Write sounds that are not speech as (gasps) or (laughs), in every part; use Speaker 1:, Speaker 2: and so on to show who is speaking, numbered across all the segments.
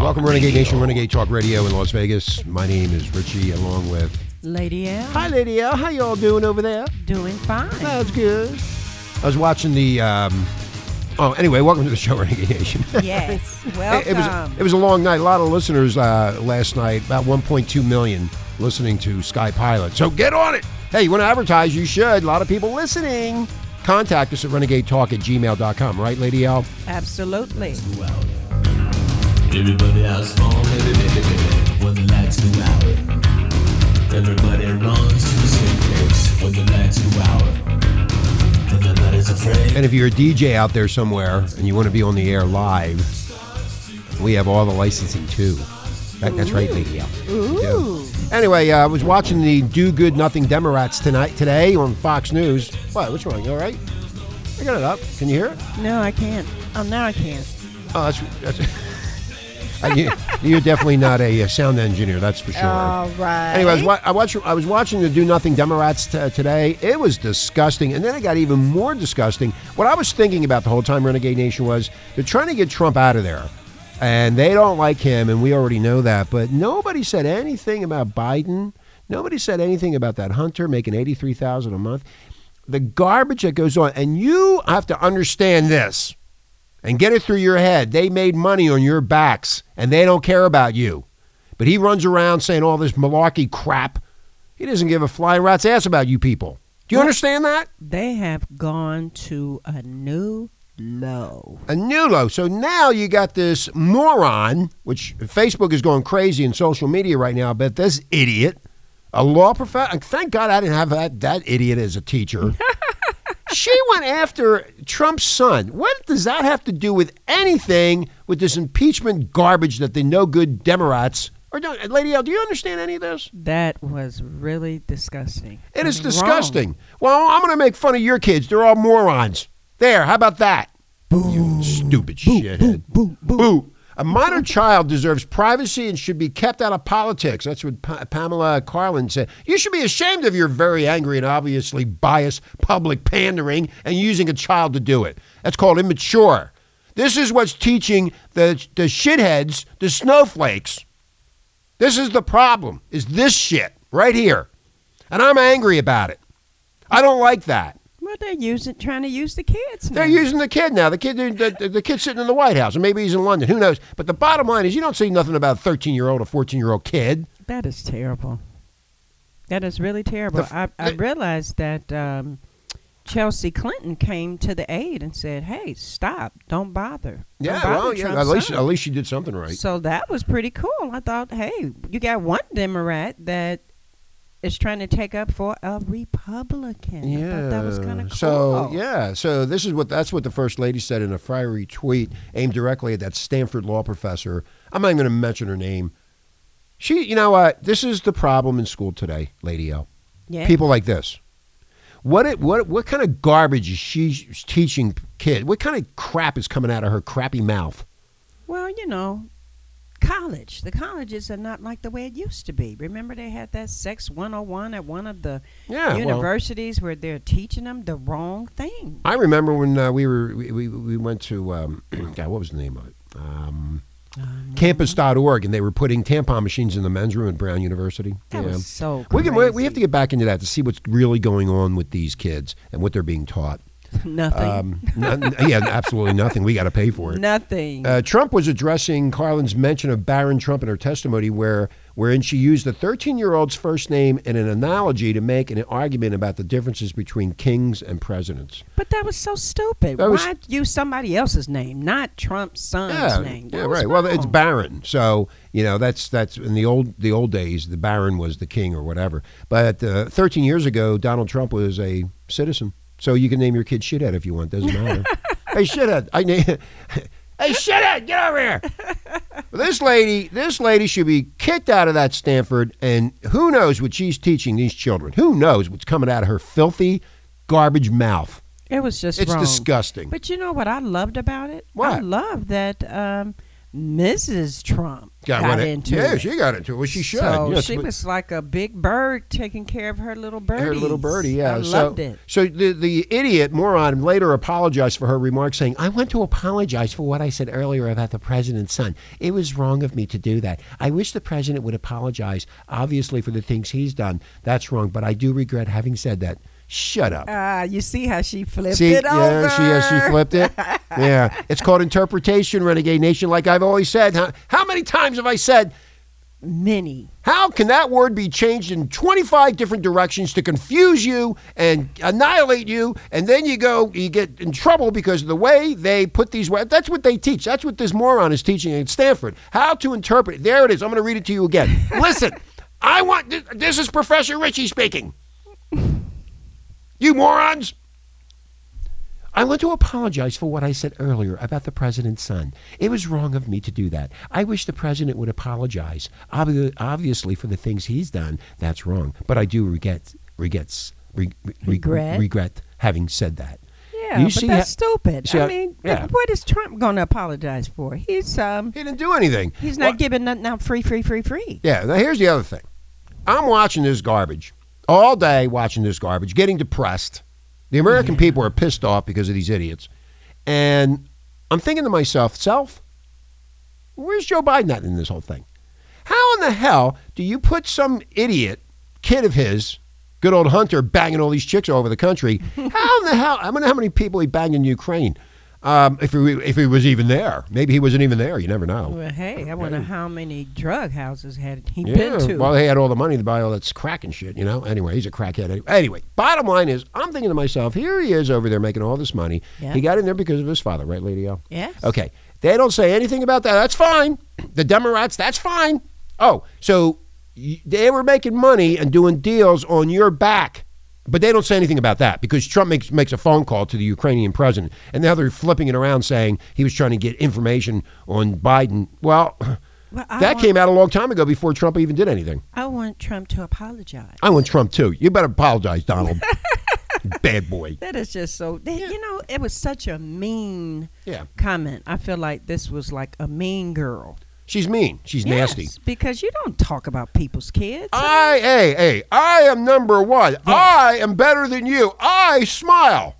Speaker 1: Welcome, Renegade Nation, Renegade Talk Radio in Las Vegas. My name is Richie, along with
Speaker 2: Lady L.
Speaker 1: Hi, Lady L. How y'all doing over there?
Speaker 2: Doing fine.
Speaker 1: That's good. I was watching the. Um, oh, anyway, welcome to the show, (laughs) Renegade Nation.
Speaker 2: Yes.
Speaker 1: (laughs) It-
Speaker 2: Welcome.
Speaker 1: it was it was a long night. A lot of listeners uh, last night, about 1.2 million listening to Sky Pilot. So get on it. Hey, you want to advertise? You should. A lot of people listening. Contact us at renegadetalk at gmail.com, right, Lady L?
Speaker 2: Absolutely.
Speaker 3: Everybody has fun, baby, when the lights go out. Everybody runs to the same place when the lights go out. Then nobody's afraid.
Speaker 1: And if you're a DJ out there somewhere and you want to be on the air live, we have all the licensing too. That, that's right, Lady L.
Speaker 2: Ooh.
Speaker 1: Anyway, uh, I was watching the Do Good Nothing Demorats tonight today on Fox News. What? What's wrong? You all right? I got it up. Can you hear it?
Speaker 2: No, I can't. Oh, now I can't.
Speaker 1: Oh, that's, that's (laughs) Uh, you, you're definitely not a, uh sound engineer, that's for sure.
Speaker 2: All right.
Speaker 1: Anyway, I was, wa- I, watch, I was watching the Do Nothing Demorats t- today. It was disgusting. And then it got even more disgusting. What I was thinking about the whole time, Renegade Nation, was they're trying to get Trump out of there. And they don't like him, and we already know that. But nobody said anything about Biden. Nobody said anything about that Hunter making 83000 a month. The garbage that goes on. And you have to understand this and get it through your head. They made money on your backs, and they don't care about you. But he runs around saying all this malarkey crap. He doesn't give a flying rat's ass about you people. Do you understand that?
Speaker 2: they have gone to a new low.
Speaker 1: A new low. So now you got this moron, which Facebook is going crazy in social media right now, but this idiot, a law professor, thank God I didn't have that, that idiot as a teacher. she went after Trump's son. What does that have to do with anything with this impeachment garbage that the no good Democrats are doing? Lady L, do you understand any of this?
Speaker 2: That was really disgusting.
Speaker 1: It is
Speaker 2: Wrong.
Speaker 1: disgusting. Well, I'm going to make fun of your kids. They're all morons. There, how about that? you stupid shithead. Boo, boo, A modern child deserves privacy and should be kept out of politics. That's what pa- Pamela Carlin said. You should be ashamed of your very angry and obviously biased public pandering and using a child to do it. That's called immature. This is what's teaching the, the shitheads, the snowflakes. This is the problem. Is this shit right here? And I'm angry about it. I don't like that.
Speaker 2: Well, they're using, trying to use the kids.
Speaker 1: They're
Speaker 2: now.
Speaker 1: using the kid now. The kid, the, the, the kid's sitting in the White House, and maybe he's in London. Who knows? But the bottom line is, you don't see nothing about a 13 year old or 14 year old kid.
Speaker 2: That is terrible. That is really terrible.
Speaker 1: f-
Speaker 2: I, I
Speaker 1: the-
Speaker 2: realized that um, Chelsea Clinton came to the aid and said, "Hey, stop! Don't bother."
Speaker 1: Yeah,
Speaker 2: Don't bother
Speaker 1: well, yeah.
Speaker 2: Trump's
Speaker 1: At least,
Speaker 2: son."
Speaker 1: at least she did something right.
Speaker 2: So that was pretty cool. I thought, hey, you got one Democrat that is trying to take up for a Republican. I thought that was kind of cool.
Speaker 1: Uh, So yeah, so this is what that's what the first lady said in a fiery tweet aimed directly at that Stanford law professor. I'm not even going to mention her name. She, you know what? This is the problem in school today, Lady L.
Speaker 2: yeah.
Speaker 1: people like this. What it, what what kind of garbage is she teaching kid? What kind of crap is coming out of her crappy mouth?
Speaker 2: Well, you know, college. The colleges are not like the way it used to be. Remember, they had that sex 101 at one of the
Speaker 1: Yeah, well-
Speaker 2: universities where they're teaching them the wrong thing.
Speaker 1: I remember when uh, we were we, we, we went to um, (clears throat) God, what was the name of it? Um, campus.org and they were putting tampon machines in the men's room at Brown University.
Speaker 2: That
Speaker 1: Yeah.
Speaker 2: was so
Speaker 1: we
Speaker 2: crazy.
Speaker 1: can we, we have to get back into that to see what's really going on with these kids and what they're being taught.
Speaker 2: nothing.
Speaker 1: Um, (laughs) none- yeah, absolutely nothing. We got to pay for it.
Speaker 2: nothing.
Speaker 1: Uh, Trump was addressing Carlin's mention of Barron Trump in her testimony, where wherein she used the 13-year-old's first name in an analogy to make an argument about the differences between kings and presidents.
Speaker 2: but that was so stupid.
Speaker 1: That was-
Speaker 2: Why use somebody else's name, not Trump's son's name? That
Speaker 1: yeah,
Speaker 2: was
Speaker 1: right. Well, it's
Speaker 2: wrong.
Speaker 1: Barron, so you know that's that's in the old the old days. The Baron was the king or whatever. But uh, 13 years ago, Donald Trump was a citizen, so you can name your kid shithead if you want. Doesn't
Speaker 2: (laughs)
Speaker 1: matter. hey shithead, I name. (laughs) hey shithead, get over
Speaker 2: (laughs)
Speaker 1: here. this lady, this lady should be kicked out of that Stanford, and who knows what she's teaching these children? Who knows what's coming out of her filthy garbage mouth?
Speaker 2: It was just
Speaker 1: It's
Speaker 2: wrong.
Speaker 1: disgusting.
Speaker 2: But you know what I loved about it? I
Speaker 1: What?
Speaker 2: loved that um, Mrs. Trump got,
Speaker 1: it.
Speaker 2: into
Speaker 1: yeah,
Speaker 2: it.
Speaker 1: she got into it. Well, she should.
Speaker 2: So
Speaker 1: Yes,
Speaker 2: she
Speaker 1: but-
Speaker 2: was like a big bird taking care of her little birdie.
Speaker 1: Her little birdie, yeah.
Speaker 2: I
Speaker 1: so,
Speaker 2: loved it.
Speaker 1: So the, the idiot moron later apologized for her remarks, saying, I want to apologize for what I said earlier about the president's son. It was wrong of me to do that. I wish the president would apologize, obviously, for the things he's done. That's wrong, but I do regret having said that. Shut up.
Speaker 2: Ah, you see how she flipped
Speaker 1: See,
Speaker 2: it over.
Speaker 1: yeah, she, yeah, she flipped
Speaker 2: (laughs)
Speaker 1: it. yeah, it's called interpretation, Renegade Nation. Like I've always said, how, how many times have I said,
Speaker 2: Many.
Speaker 1: how can that word be changed in 25 different directions to confuse you and annihilate you? And then you go, you get in trouble because of the way they put these words. That's what they teach. That's what this moron is teaching at Stanford. How to interpret it. There it is. I'm going to read it to you again. Listen, I want th- this is Professor Ritchie speaking. You morons. I want to apologize for what I said earlier about the president's son. It was wrong of me to do that. I wish the president would apologize. Obvi- obviously, for the things he's done, that's wrong. But I do regret, regrets, re- re-
Speaker 2: Regret?
Speaker 1: regret having said that.
Speaker 2: Yeah,
Speaker 1: You
Speaker 2: but
Speaker 1: see
Speaker 2: that's
Speaker 1: how-
Speaker 2: stupid.
Speaker 1: see how-
Speaker 2: I mean,
Speaker 1: yeah.
Speaker 2: what is Trump going to apologize for? He's um,
Speaker 1: He didn't do anything.
Speaker 2: he's not
Speaker 1: Well,
Speaker 2: giving nothing out free, free, free, free.
Speaker 1: Yeah, now here's the other thing. I'm watching this garbage all day, watching this garbage, getting depressed. The American people are pissed off because of these idiots. And I'm thinking to myself, self, where's Joe Biden at in this whole thing? How in the hell do you put some idiot kid of his, good old Hunter, banging all these chicks all over the country? How in the hell? I wonder how many people he banged in Ukraine. Um, if he if he was even there, maybe he wasn't even there. You never know.
Speaker 2: Well, hey, I wonder how many drug houses had he
Speaker 1: Yeah,
Speaker 2: been to.
Speaker 1: Well, he had all the money to buy all that crack and shit, you know? Anyway, he's a crackhead. Anyway, Anyway, bottom line is, I'm thinking to myself, here he is over there making all this money.
Speaker 2: Yeah.
Speaker 1: He got in there because of his father, right, Lady O?
Speaker 2: yes.
Speaker 1: Okay. They don't say anything about that. That's fine. The Democrats, that's fine. Oh, so y- they were making money and doing deals on your back. But they don't say anything about that because Trump makes, makes a phone call to the Ukrainian president. And now they're flipping it around saying he was trying to get information on Biden. Well,
Speaker 2: Well, I
Speaker 1: that
Speaker 2: want,
Speaker 1: came out a long time ago before Trump even did anything.
Speaker 2: I want Trump to apologize.
Speaker 1: I want Trump too. You better apologize,
Speaker 2: (laughs)
Speaker 1: Donald. Bad boy.
Speaker 2: That is just so. that- You know, it was such a mean
Speaker 1: Yeah.
Speaker 2: comment. I feel like this was like a mean girl.
Speaker 1: She's mean. She's nasty.
Speaker 2: Yes, because you don't talk about people's kids.
Speaker 1: I, hey, hey, I am number one. I am better than you. I smile.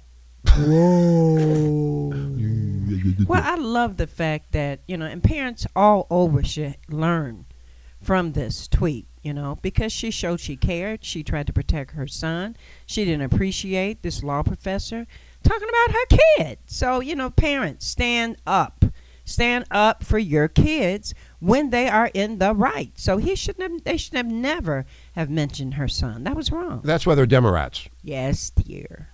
Speaker 2: Well, I love the fact that, you know, and parents all over should learn from this tweet, you know, because she showed she cared. She tried to protect her son. She didn't appreciate this law professor talking about her kid. So, you know, parents, stand up. Stand up for your kids when they are in the right. So he shouldn't have, they should have never have mentioned her son. That was wrong.
Speaker 1: That's why they're demo rats.
Speaker 2: Yes, dear.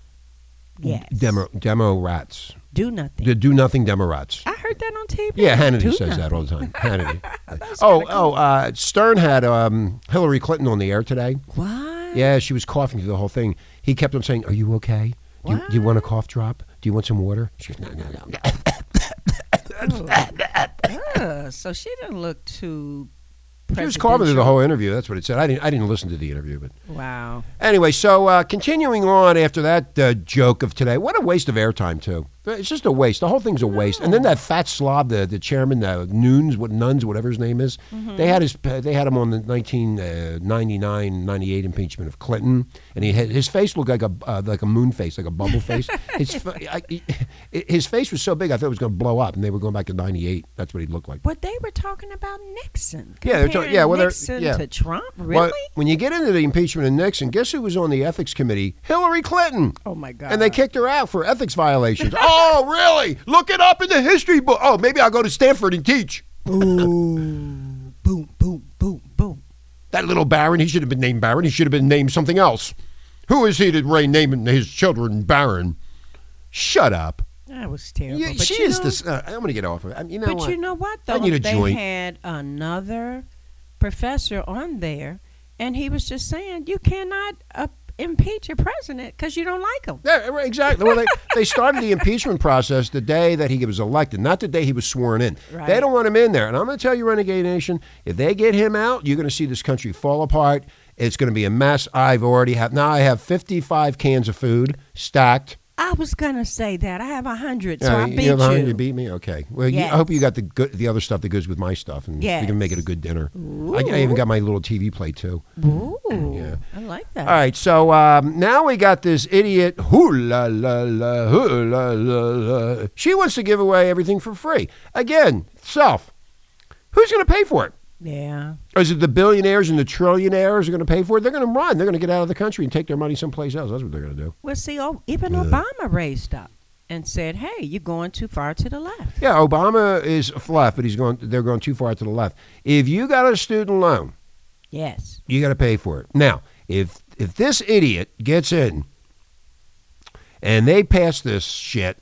Speaker 2: Yes.
Speaker 1: Demo, demo rats.
Speaker 2: Do nothing.
Speaker 1: The do nothing demo rats.
Speaker 2: I heard that on TV.
Speaker 1: Yeah, Hannity
Speaker 2: Do
Speaker 1: says
Speaker 2: nothing.
Speaker 1: that all the time. Hannity.
Speaker 2: (laughs)
Speaker 1: oh, oh, uh, Stern had um, Hillary Clinton on the air today.
Speaker 2: What?
Speaker 1: Yeah, she was coughing through the whole thing. He kept on saying, "Are you okay? Do you, do you want a cough drop? Do you want some water?" She goes, "No, no, no."
Speaker 2: Uh, so she didn't look too.
Speaker 1: She was coughing through the
Speaker 2: presidential.
Speaker 1: whole interview. That's what it said. I didn't. I didn't listen to the interview, but
Speaker 2: Wow.
Speaker 1: anyway. So uh, continuing on after that uh, joke of today, what a waste of airtime too. It's just a waste. The whole thing's a waste. And then that fat slob, the, the chairman, the Nunes, what Nuns, whatever his name is, they had his uh, they had him on the 1999, 98 impeachment of Clinton, and he had, his face looked like a uh, like a moon face, like a bubble face. His fa- I, his face was so big, I thought it was going to blow up, and they were going back to 98. That's what he looked like.
Speaker 2: But they were talking about Nixon.
Speaker 1: Yeah, they're talking-
Speaker 2: comparing
Speaker 1: yeah, well, they're-
Speaker 2: Nixon
Speaker 1: yeah.
Speaker 2: to Trump. Really?
Speaker 1: Well, when you get into the impeachment of Nixon, guess who was on the ethics committee? Hillary Clinton.
Speaker 2: oh my God.
Speaker 1: And they kicked her out for ethics
Speaker 2: (laughs)
Speaker 1: violations. oh, really? Look it up in the history book. Oh, maybe I'll go to Stanford and teach. (laughs)
Speaker 2: boom, boom, boom, boom, boom.
Speaker 1: That little Baron, he should have been named Baron. He should have been named something else. Who is he to re- naming his children Baron? Shut up.
Speaker 2: That was terrible.
Speaker 1: You-
Speaker 2: but
Speaker 1: she
Speaker 2: you
Speaker 1: is
Speaker 2: know,
Speaker 1: this. Uh, I'm going to get off of it. I mean, you know
Speaker 2: But
Speaker 1: what?
Speaker 2: you know what
Speaker 1: I
Speaker 2: though?
Speaker 1: need a
Speaker 2: they
Speaker 1: joint.
Speaker 2: had another professor on there, and he was just saying you cannot uh, impeach a president because you don't like him.
Speaker 1: Yeah, e, right, exactly. Well, they, they started the impeachment process the day that he was elected, not the day he was sworn in.
Speaker 2: Right.
Speaker 1: They don't want him in there. And I'm going to tell you, Renegade Nation, if they get him out, you're going to see this country fall apart. It's going to be a mess. I've already have now. I have 55 cans of food stacked.
Speaker 2: I I was gonna say that. I have a hundred, so
Speaker 1: Yeah,
Speaker 2: I
Speaker 1: you
Speaker 2: beat
Speaker 1: have a
Speaker 2: you.
Speaker 1: hundred, you beat me. Okay. Well, you, I hope you got the good, the other stuff that goes with my stuff, and we can make it a good dinner. I, I even got my little TV play too.
Speaker 2: Ooh,
Speaker 1: Yeah.
Speaker 2: I like that.
Speaker 1: All right, so um, now we got this idiot hula la la hula la la. She wants to give away everything for free again. Self, who's going to pay for it?
Speaker 2: Yeah,
Speaker 1: Is it the billionaires and the trillionaires are going to pay for it? They're going to run. They're going to get out of the country and take their money someplace else. That's what they're going to do.
Speaker 2: well, see, oh, even Obama raised up and said, "Hey, you're going too far to the left."
Speaker 1: Yeah, Obama is left, but he's going. They're going too far to the left. If you got a student loan.
Speaker 2: Yes.
Speaker 1: you got to pay for it. Now, if if this idiot gets in and they pass this shit,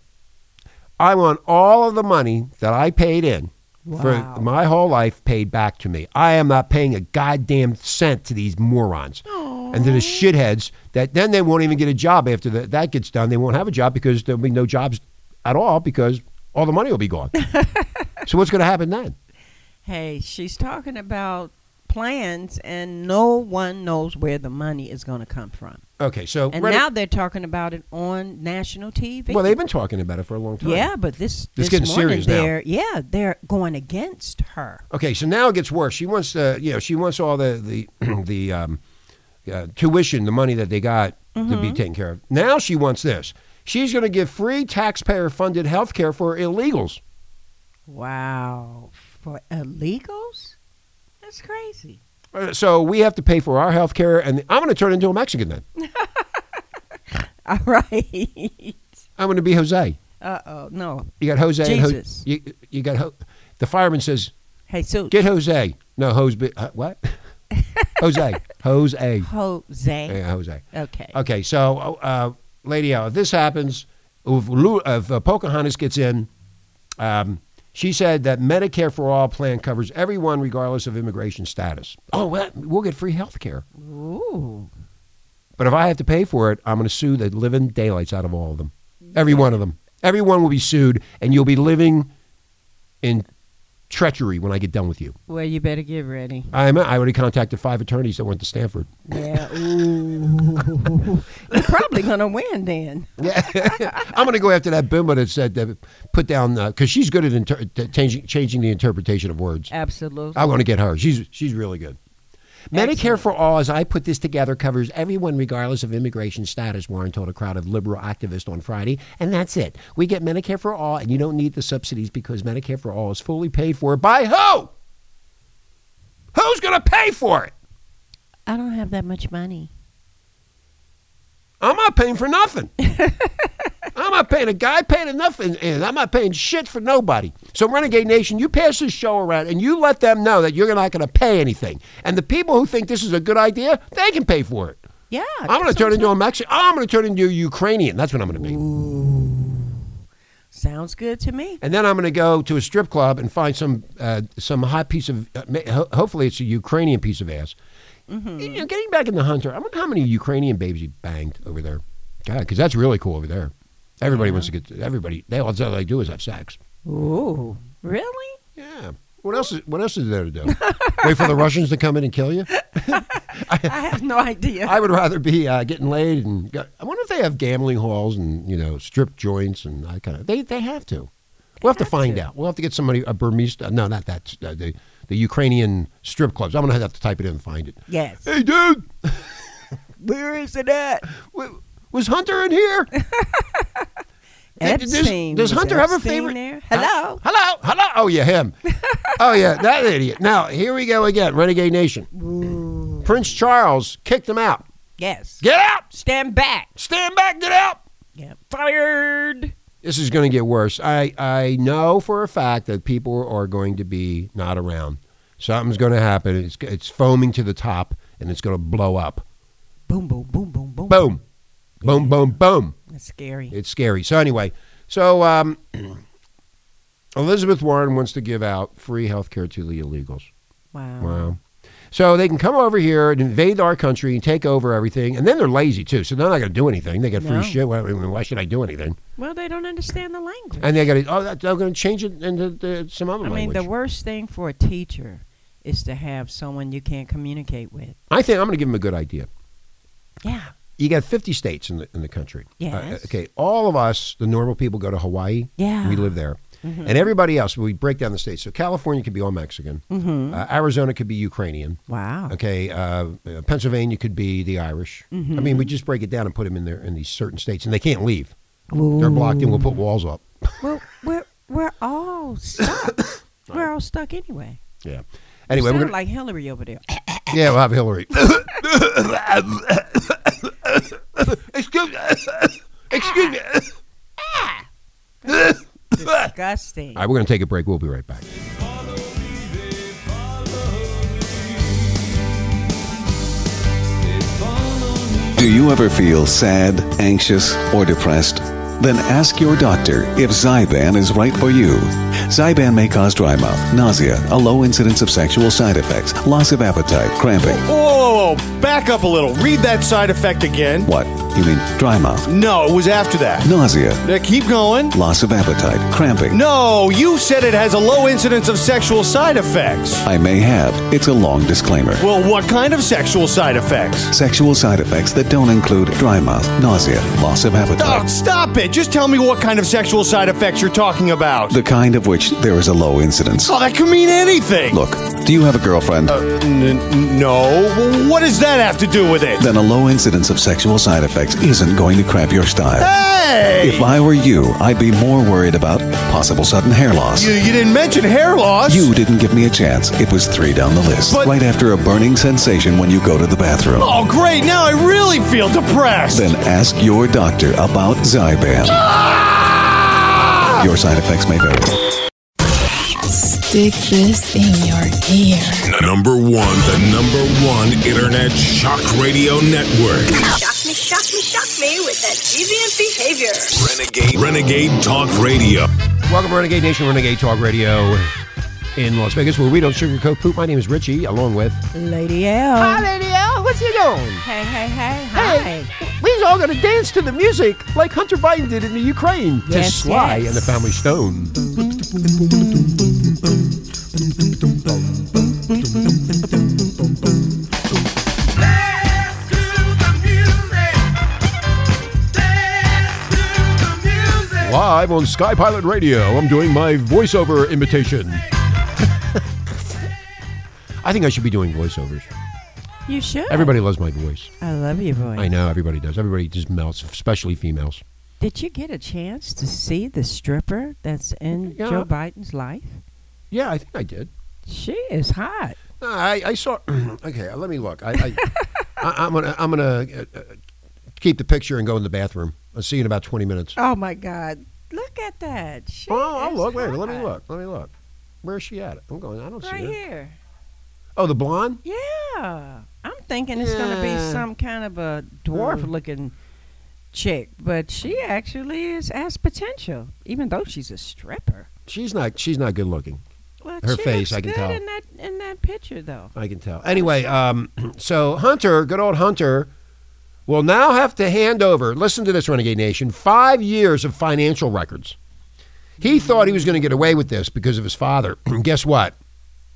Speaker 1: I want all of the money that I paid in
Speaker 2: Wow.
Speaker 1: for my whole life paid back to me. I am not paying a goddamn cent to these morons and to the shitheads that then they won't even get a job after that that gets done. They won't have a job because there'll be no jobs at all because all the money will be
Speaker 2: (laughs)
Speaker 1: gone. so what's going to happen then?
Speaker 2: Hey, she's talking about plans, and no one knows where the money is going to come from.
Speaker 1: Okay, so
Speaker 2: And
Speaker 1: right-
Speaker 2: now they're talking about it on national TV.
Speaker 1: well, they've been talking about it for a long time.
Speaker 2: yeah, but this
Speaker 1: It's
Speaker 2: this
Speaker 1: getting
Speaker 2: morning
Speaker 1: serious now.
Speaker 2: they're yeah they're going against her.
Speaker 1: Okay, so now it gets worse. She wants the, you know, she wants all the the (clears throat) the um, uh, tuition, the money that they got to be taken care of. Now she wants this. She's going to give free taxpayer-funded health care for illegals.
Speaker 2: Wow, for illegals, that's crazy. (laughs)
Speaker 1: Uh, So we have to pay for our health care, and I'm going to turn into a Mexican then.
Speaker 2: All right. (laughs)
Speaker 1: I'm going to be Jose.
Speaker 2: Uh oh, no.
Speaker 1: You got Jose. And
Speaker 2: Jesus.
Speaker 1: Ho- you, you got ho- the fireman says,
Speaker 2: Hey, so
Speaker 1: "Get Jose." No, Jose. Uh, what? (laughs) Jose.
Speaker 2: (laughs)
Speaker 1: Jose.
Speaker 2: Jose.
Speaker 1: Yeah, Jose.
Speaker 2: Okay.
Speaker 1: Okay, so, uh, Lady L, if this happens, if, Lu- if uh, Pocahontas gets in, um, she said that Medicare for All plan covers everyone regardless of immigration status. Oh, well, we'll get free health care.
Speaker 2: Ooh.
Speaker 1: But if I have to pay for it, I'm going to sue the living daylights out of all of them. Every one of them. Everyone will be sued, and you'll be living in treachery when I get done with you.
Speaker 2: Well, you better get ready.
Speaker 1: I'm, I already contacted five attorneys that went to Stanford.
Speaker 2: Yeah. (laughs) Ooh. You're probably gonna win then.
Speaker 1: (laughs) I'm going to go after that bimbo that said that put down because she's good at inter- t- changing changing the interpretation of words.
Speaker 2: Absolutely.
Speaker 1: I want to get her. She's she's really good. Medicare for All, as I put this together, covers everyone regardless of immigration status, Warren told a crowd of liberal activists on Friday. And that's it. We get Medicare for All, and you don't need the subsidies because Medicare for All is fully paid for by who? Who's going to pay for it?
Speaker 2: I don't have that much money.
Speaker 1: I'm not paying for nothing. I'm not paying a guy paying enough, and, and I'm not paying shit for nobody. So, Renegade Nation, you pass this show around and you let them know that you're not going to pay anything. And the people who think this is a good idea, they can pay for it.
Speaker 2: Yeah.
Speaker 1: I'm going to turn into a Mexican. I'm going to turn into a Ukrainian. That's what I'm going to be.
Speaker 2: Sounds good to me.
Speaker 1: And then I'm going to go to a strip club and find some uh, some hot piece of. Uh, ma- ho- hopefully, it's a Ukrainian piece of ass. You know, getting back in the hunter, I wonder how many Ukrainian babies you banged over there. God, because that's really cool over there. Everybody wants to get everybody. They all they do is have sex.
Speaker 2: Ooh. Really? (laughs)
Speaker 1: Yeah. What else is What else is there to do? (laughs) Wait for the Russians to come in and kill you.
Speaker 2: I have no idea.
Speaker 1: I would rather be uh, getting laid and. Go, I wonder if they have gambling halls and you know strip joints and that kind of. They they have to. We'll have to find out. We'll have to get somebody a Burmese. uh, No, not that. Uh, the the Ukrainian strip clubs. I'm gonna have to type it in and find it.
Speaker 2: yes.
Speaker 1: Hey, dude,
Speaker 2: Where is it at?
Speaker 1: w- was Hunter in (laughs) here? Did- does-
Speaker 2: Epstein.
Speaker 1: Does,
Speaker 2: Was
Speaker 1: Hunter have a
Speaker 2: Epstein
Speaker 1: favorite?
Speaker 2: there?
Speaker 1: Huh?
Speaker 2: Hello?
Speaker 1: hello, hello. Oh yeah, (laughs) him. oh yeah, that idiot. Now here we go again, renegade nation.
Speaker 2: Ooh.
Speaker 1: Prince Charles kicked him out.
Speaker 2: Yes.
Speaker 1: Get out!
Speaker 2: Stand back.
Speaker 1: Stand back! Get out!
Speaker 2: Yeah. Fired.
Speaker 1: This is going to get worse. I, I know for a fact that people are going to be not around. Something's going to happen. It's, it's foaming to the top and it's going to blow up.
Speaker 2: Boom, boom, boom, boom, boom.
Speaker 1: Boom. Boom, boom, boom.
Speaker 2: That's scary.
Speaker 1: It's scary. So, anyway, so um, (clears throat) Elizabeth Warren wants to give out free health care to the illegals.
Speaker 2: Wow.
Speaker 1: Wow. So they can come over here and invade our country and take over everything. And then they're lazy, too. So they're not going to do anything. They get free
Speaker 2: No.
Speaker 1: shit. Why, why should I do anything?
Speaker 2: Well, they don't understand the language.
Speaker 1: And they got to, oh, that- they're going to change it into the, some other
Speaker 2: I
Speaker 1: language.
Speaker 2: mean, the worst thing for a teacher is to have someone you can't communicate with.
Speaker 1: I think I'm going to give him a good idea.
Speaker 2: Yeah.
Speaker 1: you got 50 states in the, in the country. Uh,
Speaker 2: Yes. Ah.
Speaker 1: okay, all of us, the normal people, go to Hawaii.
Speaker 2: Yeah.
Speaker 1: We live there.
Speaker 2: Mm-hmm.
Speaker 1: And everybody else, we break down the states. So California could be all Mexican. Uh, Arizona could be Ukrainian.
Speaker 2: Mm-hmm. Wow.
Speaker 1: Okay, uh, uh, Pennsylvania could be the Irish.
Speaker 2: Mm-hmm.
Speaker 1: I mean, we just break it down and put them in there in these certain states, and they can't leave. They're blocked in. We'll put walls up.
Speaker 2: Well, we're we're
Speaker 1: (coughs)
Speaker 2: all stuck. we're all stuck anyway.
Speaker 1: Yeah. Anyway, we're
Speaker 2: you sound
Speaker 1: gonna,
Speaker 2: like Hillary over
Speaker 1: (coughs)
Speaker 2: there.
Speaker 1: yeah, we'll have Hillary. (coughs) Excuse me. Excuse me.
Speaker 2: Disgusting.
Speaker 1: All right, we're going to take a break. We'll be right back.
Speaker 4: Do you ever feel sad, anxious, or depressed? Then ask your doctor if Zyban is right for you. Zyban may cause dry mouth, nausea, a low incidence of sexual side effects, loss of appetite, cramping.
Speaker 5: Whoa, whoa, whoa, back up a little. Read that side effect again.
Speaker 4: What? You mean dry mouth,
Speaker 5: No, it was after that.
Speaker 4: nausea,
Speaker 5: Now keep going.
Speaker 4: loss of appetite, cramping.
Speaker 5: No, you said it has a low incidence of sexual side effects.
Speaker 4: I may have. It's a long disclaimer.
Speaker 5: Well, what kind of sexual side effects?
Speaker 4: Sexual side effects that don't include dry mouth, nausea, loss of
Speaker 5: Oh,
Speaker 4: appetite.
Speaker 5: stop it. Just tell me what kind of sexual side effects you're talking about.
Speaker 4: The kind of which there is a low incidence.
Speaker 5: Oh, that could mean anything.
Speaker 4: Look, do you have a girlfriend?
Speaker 5: N- n- no. Well, What does that have to do with it?
Speaker 4: Then a low incidence of sexual side effects isn't going to cramp your style.
Speaker 5: Hey!
Speaker 4: If I were you, I'd be more worried about possible sudden hair loss.
Speaker 5: You, you didn't mention hair loss.
Speaker 4: You didn't give me a chance. It was three down the list.
Speaker 5: But-
Speaker 4: right after a burning sensation when you go to the bathroom.
Speaker 5: Oh, great. Now I really feel depressed.
Speaker 4: Then ask your doctor about Zyban.
Speaker 5: Ah!
Speaker 4: Your side effects may vary.
Speaker 6: Stick this in your ear.
Speaker 7: The number one, the number one internet shock radio network.
Speaker 8: Shock me, shock me, shock me with that deviant behavior.
Speaker 7: Renegade, Renegade Talk Radio.
Speaker 1: Welcome, to Renegade Nation, Renegade Talk Radio in Las Vegas, where we don't sugarcoat poop. My name is Richie, along with.
Speaker 2: Lady L.
Speaker 1: Lady L. What's you doing?
Speaker 2: Hey, hey, hey, hi.
Speaker 1: we're all going to dance to the music like Hunter Biden did in the Ukraine
Speaker 2: Yes,
Speaker 1: to Sly
Speaker 2: yes.
Speaker 1: and the Family Stone. Live on Sky Pilot Radio, I'm doing my voiceover imitation. (laughs) I think I should be doing voiceovers.
Speaker 2: You should.
Speaker 1: Everybody loves my voice.
Speaker 2: I love you, boy.
Speaker 1: I know everybody does. Everybody just melts, especially females.
Speaker 2: Did you get a chance to see the stripper that's in
Speaker 1: Yeah.
Speaker 2: Joe Biden's life?
Speaker 1: Yeah, I think I did.
Speaker 2: She is hot.
Speaker 1: No, I, I saw. (clears throat) okay, uh, let me look. I, (laughs) I, I I'm gonna I'm gonna uh, uh, keep the picture and go in the bathroom. I'll see you in about twenty minutes.
Speaker 2: Oh my God! Look at that. She
Speaker 1: oh, I'll
Speaker 2: is
Speaker 1: look. Wait, let me
Speaker 2: hot.
Speaker 1: look. Let me look. Where's she at? I'm going. I don't
Speaker 2: Right
Speaker 1: see her.
Speaker 2: here.
Speaker 1: Oh, the blonde.
Speaker 2: Yeah. I'm thinking it's going to
Speaker 1: Yeah. Hmm.
Speaker 2: be some kind of a dwarf-looking chick, but she actually is has potential, even though she's a stripper.
Speaker 1: She's not. She's not good looking.
Speaker 2: Well,
Speaker 1: Her
Speaker 2: she
Speaker 1: face,
Speaker 2: looks
Speaker 1: I can
Speaker 2: good
Speaker 1: tell.
Speaker 2: in that in that picture, though.
Speaker 1: I can tell. Anyway, um, (clears throat) so Hunter, good old Hunter, will now have to hand over. Listen to this, Renegade Nation. Five years of financial records. He thought he was going to get away with this because of his father. (clears throat) Guess what?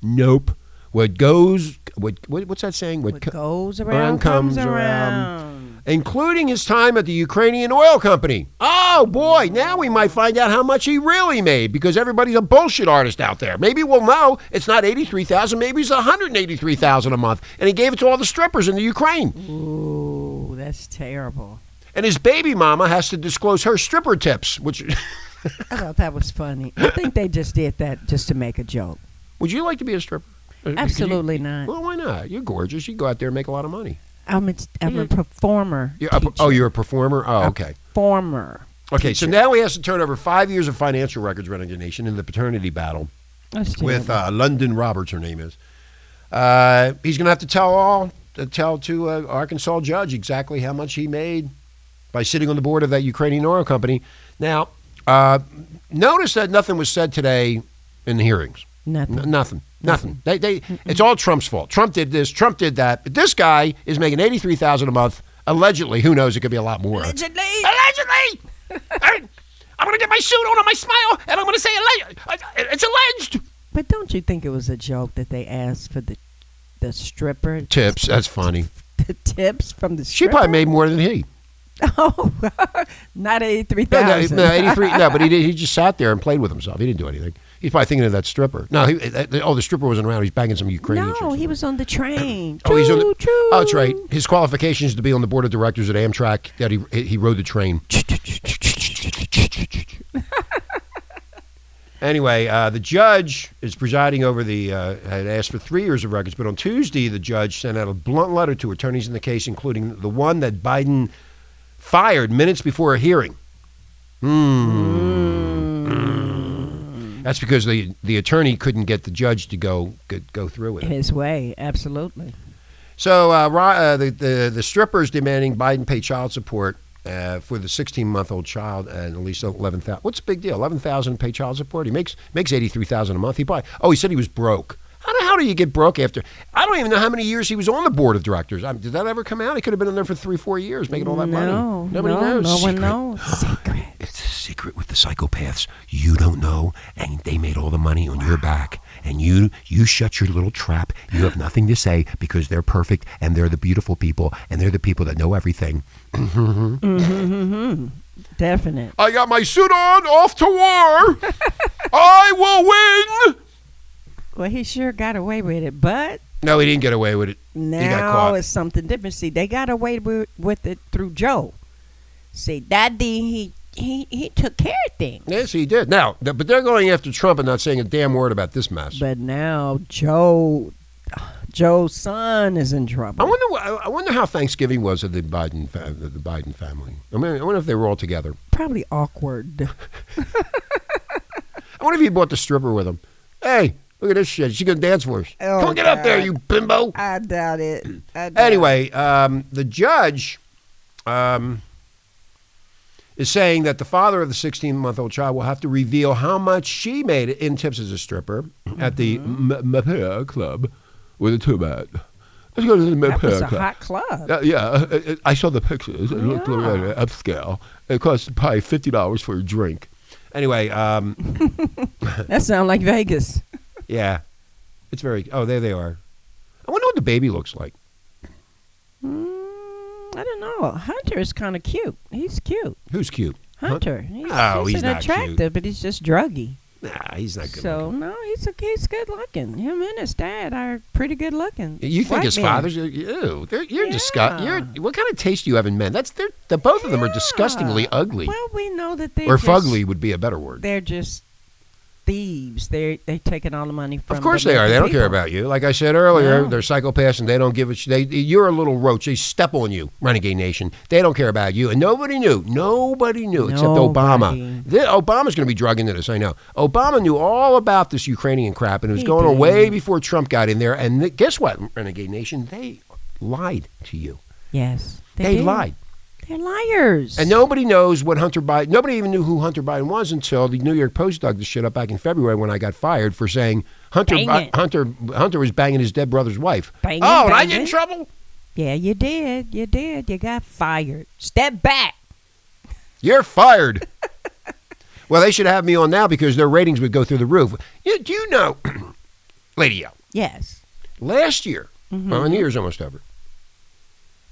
Speaker 1: Nope. What goes, what, what what's that saying?
Speaker 2: What
Speaker 1: co-
Speaker 2: goes
Speaker 1: around
Speaker 2: around,
Speaker 1: comes
Speaker 2: comes,
Speaker 1: around.
Speaker 2: around.
Speaker 1: including his time at the Ukrainian oil company. Oh boy, now we might find out how much he really made because everybody's a bullshit artist out there. Maybe we'll know it's not 83,000, maybe it's 183,000 a month and he gave it to all the strippers in the Ukraine.
Speaker 2: Ooh, that's terrible.
Speaker 1: And his baby mama has to disclose her stripper tips, which (laughs)
Speaker 2: I thought that was funny. I think they just did that just to make a joke.
Speaker 1: would you like to be a stripper? Uh, could you-
Speaker 2: Absolutely not.
Speaker 1: Well, why not? You're gorgeous. You go out there and make a lot of money.
Speaker 2: I'm a, I'm a performer.
Speaker 1: Mm-hmm. You're a,
Speaker 2: teacher.
Speaker 1: oh, you're a performer? Oh, okay.
Speaker 2: Former.
Speaker 1: Okay, so now he has to turn over five years of financial records renegation in the paternity battle.
Speaker 2: That's
Speaker 1: with
Speaker 2: terrible.
Speaker 1: uh, London Roberts, her name is. Uh, he's going to have to tell all, to tell to uh, Arkansas judge exactly how much he made by sitting on the board of that Ukrainian oil company. Now, uh, notice that nothing was said today in the hearings.
Speaker 2: nothing.
Speaker 1: N- nothing. Nothing. They, they, it's all Trump's fault. Trump did this. Trump did that. But this guy is making eighty-three thousand a month. Allegedly, who knows? It could be a lot more.
Speaker 2: Allegedly. (laughs)
Speaker 1: Allegedly. I'm going to get my suit on and my smile, and I'm going to say alleged. It's alleged.
Speaker 2: But don't you think it was a joke that they asked for the the stripper
Speaker 1: tips. That's funny.
Speaker 2: (laughs) the tips from the
Speaker 1: She
Speaker 2: stripper?
Speaker 1: probably made more than he.
Speaker 2: (laughs) Oh, (laughs) not eighty-three
Speaker 1: No, no,
Speaker 2: thousand.
Speaker 1: no, 83. No, but he, did, he just sat there and played with himself. He didn't do anything. He's probably thinking of that stripper. No, he, that, oh, the stripper wasn't around. He's banging some Ukrainian.
Speaker 2: No,
Speaker 1: chicks.
Speaker 2: he was on the train.
Speaker 1: Oh, he's on the,
Speaker 2: Choo-choo.
Speaker 1: oh, that's right. His qualifications to be on the board of directors at Amtrak. That he he rode the train. anyway, uh, the judge is presiding over the uh, had asked for three years of records, but on Tuesday the judge sent out a blunt letter to attorneys in the case, including the one that Biden fired minutes before a hearing. Hmm. That's because the the attorney couldn't get the judge to go go, go through with it.
Speaker 2: His way, absolutely.
Speaker 1: So uh, Ro- uh, the, the the strippers demanding Biden pay child support uh, for the 16 month old child and at least 11,000. What's the big deal? 11,000 pay child support. He makes makes 83,000 a month. He probably oh he said he was broke. How the hell do you get broke after? I don't even know how many years he was on the board of directors. I mean, did that ever come out? He could have been in there for three four years making all that
Speaker 2: no,
Speaker 1: money. Nobody
Speaker 2: no,
Speaker 1: knows.
Speaker 2: No one
Speaker 1: Secret. (gasps)
Speaker 2: knows. Secret.
Speaker 1: It's a secret with the psychopaths. You don't know, and they made all the money on your back. And you you shut your little trap. You have nothing to say because they're perfect and they're the beautiful people and they're the people that know everything.
Speaker 2: Definite.
Speaker 1: I got my suit on, off to (laughs) war. I will win.
Speaker 2: Well, he sure got away with it, but
Speaker 1: No, he didn't get away with it. got
Speaker 2: now
Speaker 1: caught.
Speaker 2: it's something different. See, they got away with, with it through Joe. See, Daddy, he he he took care of things,
Speaker 1: Yes, he did. Now, th- but they're going after Trump and not saying a damn word about this mess.
Speaker 2: but now Joe, Joe's son is in trouble.
Speaker 1: I wonder. wh- I wonder how Thanksgiving was at the Biden fa- the Biden family. I mean, I wonder if they were all together.
Speaker 2: Probably awkward.
Speaker 1: I wonder if he brought the stripper with him. Hey, look at this shit. She's gonna dance for us.
Speaker 2: Oh,
Speaker 1: Come get up there,
Speaker 2: God.
Speaker 1: you bimbo.
Speaker 2: I doubt it. I doubt
Speaker 1: Anyway, um, the judge um, is saying that the father of the 16 month old child will have to reveal how much she made in tips as a stripper at the
Speaker 2: Mm-hmm.
Speaker 1: Mapea Club with a two bat. Let's go to the
Speaker 2: it. that was a
Speaker 1: Mapea Club.
Speaker 2: hot club.
Speaker 1: Uh, yeah, uh, uh, I saw the pictures. It looked
Speaker 2: Yeah.
Speaker 1: really upscale. It cost probably fifty dollars for a drink. Anyway, um,
Speaker 2: That sounds like Vegas.
Speaker 1: Yeah. It's very. Oh, there they are. I wonder what the baby looks like.
Speaker 2: Mm, I don't know. Hunter is kind of cute. He's cute.
Speaker 1: Who's cute?
Speaker 2: Hunter. He's,
Speaker 1: Oh, he's
Speaker 2: an
Speaker 1: not cute.
Speaker 2: attractive, but he's just druggy.
Speaker 1: Nah, he's not good.
Speaker 2: So no, he's a, he's good looking. Him and his dad are pretty good looking.
Speaker 1: looking. you think
Speaker 2: White
Speaker 1: his
Speaker 2: men.
Speaker 1: father's? uh, Ew, they're, you're disgust.
Speaker 2: Yeah.
Speaker 1: You're what kind of taste do you have in men? That's they're the both of them are
Speaker 2: Yeah.
Speaker 1: disgustingly ugly.
Speaker 2: Well, we know that they
Speaker 1: or
Speaker 2: just,
Speaker 1: fugly would be a better word.
Speaker 2: They're just thieves. They they taking all the money from.
Speaker 1: Of course
Speaker 2: the
Speaker 1: they are. They don't
Speaker 2: people.
Speaker 1: care about you. Like I said earlier,
Speaker 2: No.
Speaker 1: they're psychopaths and they don't give a. Sh- they you're a little roach. They step on you, renegade nation. They don't care about you, and nobody knew. Nobody knew except
Speaker 2: Nobody.
Speaker 1: Obama. Th- Obama's going to be drug into this. I know. Obama knew all about this Ukrainian crap, and it was
Speaker 2: He
Speaker 1: going on
Speaker 2: did.
Speaker 1: way before Trump got in there. And th- guess what, renegade nation? They lied to you.
Speaker 2: Yes,
Speaker 1: They,
Speaker 2: do.
Speaker 1: lied,
Speaker 2: They're liars.
Speaker 1: and nobody knows what Hunter Biden. Nobody even knew who Hunter Biden was until the New York Post dug this shit up back in February when I got fired for saying Hunter
Speaker 2: Bang
Speaker 1: Bi-
Speaker 2: it.
Speaker 1: Hunter Hunter was banging his dead brother's wife.
Speaker 2: Bang it,
Speaker 1: oh, and I
Speaker 2: bang
Speaker 1: get in
Speaker 2: it.
Speaker 1: trouble.
Speaker 2: Yeah, you did. You did. You got fired. Step back.
Speaker 1: You're fired. (laughs) well, they should have me on now because their ratings would go through the roof. You, do you know, (clears throat) Lady L?
Speaker 2: Yes.
Speaker 1: Last year,
Speaker 2: Mm-hmm.
Speaker 1: well, my New Year's almost over.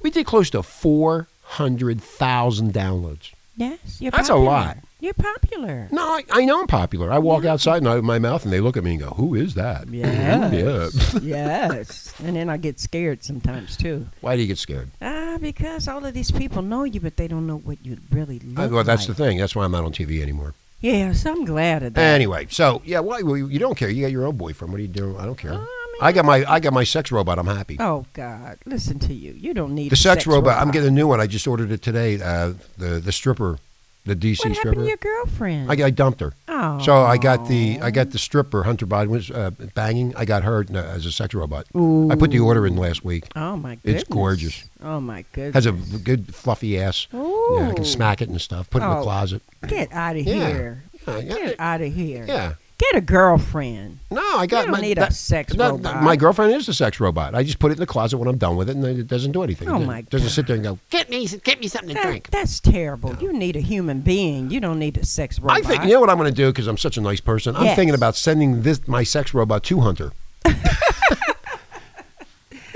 Speaker 1: We did close to four hundred thousand downloads.
Speaker 2: Yes. You're
Speaker 1: That's a
Speaker 2: popular.
Speaker 1: lot.
Speaker 2: You're popular.
Speaker 1: No, I, I know I'm popular. I walk outside and I open my mouth, and they look at me and go, "Who is that?" Mm-hmm. yeah.
Speaker 2: Yes. (laughs) yes. And then I get scared sometimes too.
Speaker 1: Why do you get scared?
Speaker 2: Ah, because all of these people know you, but they don't know what you really look
Speaker 1: I- well, that's
Speaker 2: like.
Speaker 1: the thing. That's why I'm not on TV anymore.
Speaker 2: Yes, I'm glad of that.
Speaker 1: Anyway, so yeah, why well, you don't care? You got your own boyfriend. What are you doing? I don't care.
Speaker 2: Oh, I mean,
Speaker 1: I got my I got my sex robot. I'm happy.
Speaker 2: oh God, listen to you. You don't need
Speaker 1: The
Speaker 2: a
Speaker 1: sex, robot, I'm getting a new one. I just ordered it today. Uh, the the stripper, the DC
Speaker 2: What happened
Speaker 1: stripper.
Speaker 2: to your girlfriend?
Speaker 1: I, I dumped her.
Speaker 2: oh,
Speaker 1: So I got the I got the stripper Hunter Biden was uh, banging. I got her uh, as a sex robot. I put the order in last week.
Speaker 2: Oh my goodness.
Speaker 1: It's gorgeous.
Speaker 2: Oh my goodness.
Speaker 1: Has a good fluffy ass.
Speaker 2: Ooh.
Speaker 1: Yeah, I can smack it and stuff. Put it in the
Speaker 2: Oh.
Speaker 1: closet.
Speaker 2: Get out of
Speaker 1: Yeah.
Speaker 2: here.
Speaker 1: Yeah, yeah,
Speaker 2: Get out of here.
Speaker 1: yeah.
Speaker 2: Get a girlfriend.
Speaker 1: No, I got
Speaker 2: don't
Speaker 1: my,
Speaker 2: need a sex robot.
Speaker 1: My girlfriend is a sex robot. I just put it in the closet when I'm done with it, and it doesn't do anything. it
Speaker 2: Oh,
Speaker 1: doesn't,
Speaker 2: my
Speaker 1: doesn't
Speaker 2: God.
Speaker 1: sit there and go get me get me something to
Speaker 2: That-
Speaker 1: drink.
Speaker 2: that's terrible. You need a human being. You don't need a sex robot.
Speaker 1: I think you know what I'm going to do because I'm such a nice person. I'm
Speaker 2: Yes. (laughs)
Speaker 1: thinking about sending this my sex robot to Hunter.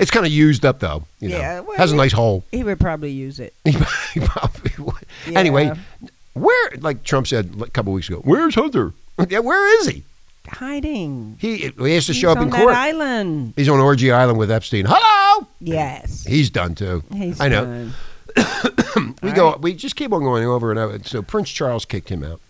Speaker 1: It's kind of used up though. You know.
Speaker 2: Yeah, well,
Speaker 1: has a
Speaker 2: it-
Speaker 1: nice hole.
Speaker 2: He would probably use it.
Speaker 1: (laughs) He probably would. Anyway, where like Trump said a couple weeks ago, where's Hunter? (laughs) Yeah, where is he?
Speaker 2: Hiding.
Speaker 1: He, he has to
Speaker 2: He's
Speaker 1: show up
Speaker 2: on
Speaker 1: in
Speaker 2: that
Speaker 1: court.
Speaker 2: island.
Speaker 1: He's on Orgy Island with Epstein. Hello.
Speaker 2: Yes.
Speaker 1: He's done too.
Speaker 2: He's
Speaker 1: I know.
Speaker 2: done.
Speaker 1: We go. We just keep on going over and over. So Prince Charles kicked him out.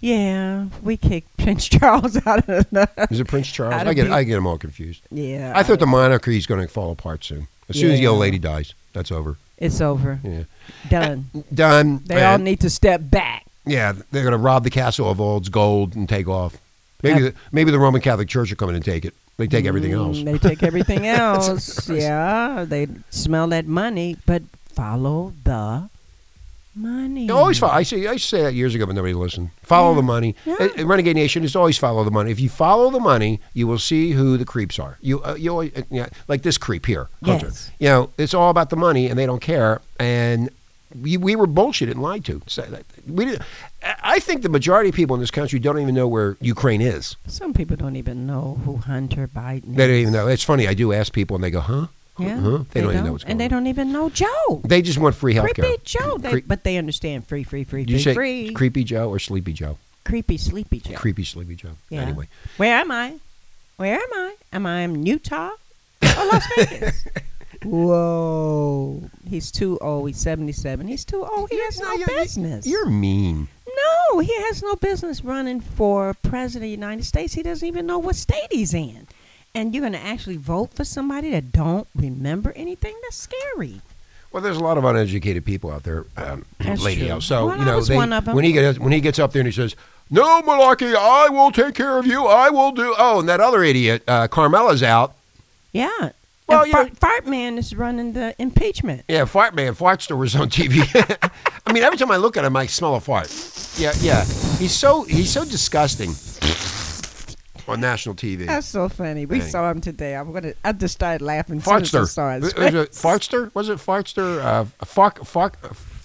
Speaker 2: Yeah, we kicked (laughs) Prince Charles out of the.
Speaker 1: Is it Prince Charles?
Speaker 2: Out
Speaker 1: I
Speaker 2: of
Speaker 1: get
Speaker 2: the-
Speaker 1: I get him all confused.
Speaker 2: Yeah.
Speaker 1: I thought the monarchy is going to fall apart soon. As soon as the
Speaker 2: Yeah.
Speaker 1: old lady dies, that's over.
Speaker 2: It's over.
Speaker 1: Yeah.
Speaker 2: Done.
Speaker 1: Done.
Speaker 2: They all
Speaker 1: And-
Speaker 2: need to step back.
Speaker 1: Yeah, they're going to rob the castle of all its gold and take off. Maybe the, maybe the Roman Catholic Church will come in and take it. They take everything else.
Speaker 2: Mm, They
Speaker 1: (laughs)
Speaker 2: take everything else. yeah, they smell that money, but follow the money.
Speaker 1: You always follow. I say I used to say that years ago, but nobody listened. Follow the money.
Speaker 2: Yeah.
Speaker 1: At- at Renegade Nation is always follow the money. If you follow the money, you will see who the creeps are. You uh, you always, uh, yeah, like this creep here, Hunter.
Speaker 2: Yes.
Speaker 1: You know, it's all about the money, and they don't care. And we, we were bullshit and lied to. So that, we did, I think the majority of people in this country don't even know where Ukraine is.
Speaker 2: Some people don't even know who Hunter Biden.
Speaker 1: They don't
Speaker 2: is.
Speaker 1: even know. It's funny. I do ask people, and they go, "Huh?
Speaker 2: Yeah,
Speaker 1: Huh? They, don't, even know what's going
Speaker 2: and they
Speaker 1: on.
Speaker 2: don't even know Joe.
Speaker 1: They just want free healthcare.
Speaker 2: Creepy Joe. They,
Speaker 1: Creep-
Speaker 2: but they understand free, free, free,
Speaker 1: you
Speaker 2: free,
Speaker 1: say
Speaker 2: free.
Speaker 1: creepy Joe or sleepy Joe?
Speaker 2: creepy, sleepy Joe.
Speaker 1: Creepy sleepy Joe.
Speaker 2: Yeah.
Speaker 1: Anyway.
Speaker 2: Where am I? Where am I? Am I in Utah or
Speaker 1: (laughs)
Speaker 2: Las Vegas? Whoa. He's too old. He's 77. He's too old. He has no
Speaker 1: you're-
Speaker 2: business.
Speaker 1: You're mean.
Speaker 2: No, he has no business running for president of the United States. He doesn't even know what state he's in. And you're going to actually vote for somebody that don't remember anything? That's scary.
Speaker 1: Well, there's a lot of uneducated people out there, um,
Speaker 2: That's
Speaker 1: Lady
Speaker 2: true.
Speaker 1: L. So
Speaker 2: Well,
Speaker 1: you
Speaker 2: I
Speaker 1: know,
Speaker 2: was
Speaker 1: they,
Speaker 2: one of 'em.
Speaker 1: when he gets when he gets up there and he says, "No, Malaki, I will take care of you. I will do." Oh, and that other idiot, uh, Carmela's out.
Speaker 2: Yeah.
Speaker 1: Well,
Speaker 2: Well,
Speaker 1: you
Speaker 2: fart,
Speaker 1: know-
Speaker 2: fart Man is running the impeachment.
Speaker 1: Yeah, fart man, fartster was on TV. (laughs) I mean, every time I look at him, I smell a fart. Yeah, yeah. He's so he's so disgusting on national TV.
Speaker 2: That's so funny. We
Speaker 1: Dang.
Speaker 2: saw him today. I'm gonna. I just started laughing. as soon as I
Speaker 1: Fartster.
Speaker 2: saw his
Speaker 1: Was it
Speaker 2: face.
Speaker 1: Fartster? Was it Fartster? Uh, fark, fark,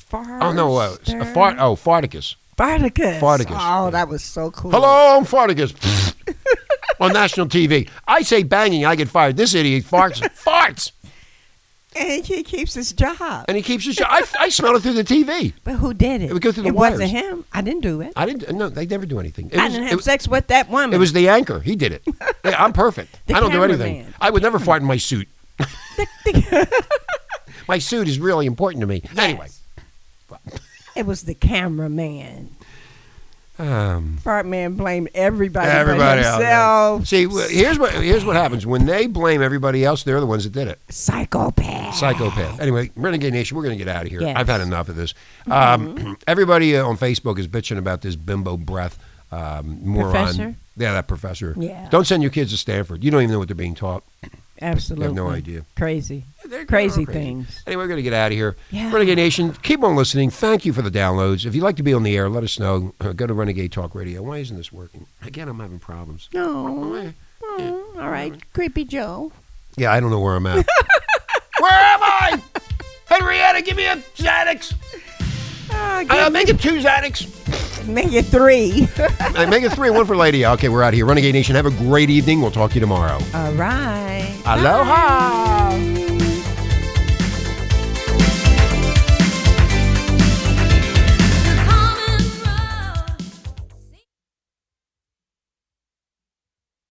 Speaker 2: Fartster.
Speaker 1: oh, no. Uh, fart, oh, Farticus.
Speaker 2: Farticus.
Speaker 1: Farticus, yeah.
Speaker 2: Oh, that was so cool.
Speaker 1: Hello, I'm Fartigus. (laughs) on national TV. I say banging, I get fired. This idiot farts, farts,
Speaker 2: And he keeps his job.
Speaker 1: and he keeps his. I, I smell it through the TV.
Speaker 2: But who did it?
Speaker 1: It would go through the
Speaker 2: It
Speaker 1: wires.
Speaker 2: wasn't him. I didn't do it. I,
Speaker 1: I didn't. No, they never do anything. It was,
Speaker 2: didn't
Speaker 1: it-
Speaker 2: have sex with that woman.
Speaker 1: It, was the anchor. He
Speaker 2: (laughs)
Speaker 1: did it. Yeah, I'm perfect.
Speaker 2: The
Speaker 1: I don't do anything.
Speaker 2: cameraman.
Speaker 1: I would never fart in my suit. (laughs)
Speaker 2: (laughs)
Speaker 1: my suit is really important to me. Anyway,
Speaker 2: It was the cameraman.
Speaker 1: um,
Speaker 2: Fart man blamed everybody.
Speaker 1: everybody
Speaker 2: but
Speaker 1: out there.
Speaker 2: himself.
Speaker 1: See, wh- here's what here's what happens when they blame everybody else. They're the ones that did it.
Speaker 2: Psychopath.
Speaker 1: psychopath. (sighs) Anyway, Renegade Nation, we're going to get out of here.
Speaker 2: Yes. Mm-hmm.
Speaker 1: I've had enough of this. Um, (clears throat) Everybody uh, on Facebook is bitching about this bimbo breath um, moron.
Speaker 2: Professor?
Speaker 1: Yeah, that professor.
Speaker 2: Yeah.
Speaker 1: Don't send your kids to Stanford. You don't even know what they're being taught.
Speaker 2: Absolutely.
Speaker 1: They have no idea.
Speaker 2: Crazy.
Speaker 1: They're-
Speaker 2: Crazy
Speaker 1: they're
Speaker 2: things.
Speaker 1: Anyway, we're going to get out of here.
Speaker 2: Yeah.
Speaker 1: Renegade Nation, keep on listening. Thank you for the downloads. If you'd like to be on the air, let us know. Uh, Go to Renegade Talk Radio. Why isn't this working? Again, I'm having problems.
Speaker 2: No. Oh, all right. Creepy Joe.
Speaker 1: Yeah, I don't know where I'm
Speaker 2: (laughs)
Speaker 1: at. where am I? Henrietta, give me a Xanax.
Speaker 2: Ah, give
Speaker 1: Uh, make it two Xanax.
Speaker 2: Make it three. (laughs)
Speaker 1: I make it three and one for Lady. Okay, we're out of here. Renegade Nation, have a great evening. We'll talk to you tomorrow.
Speaker 2: All right.
Speaker 1: Aloha.
Speaker 2: Bye.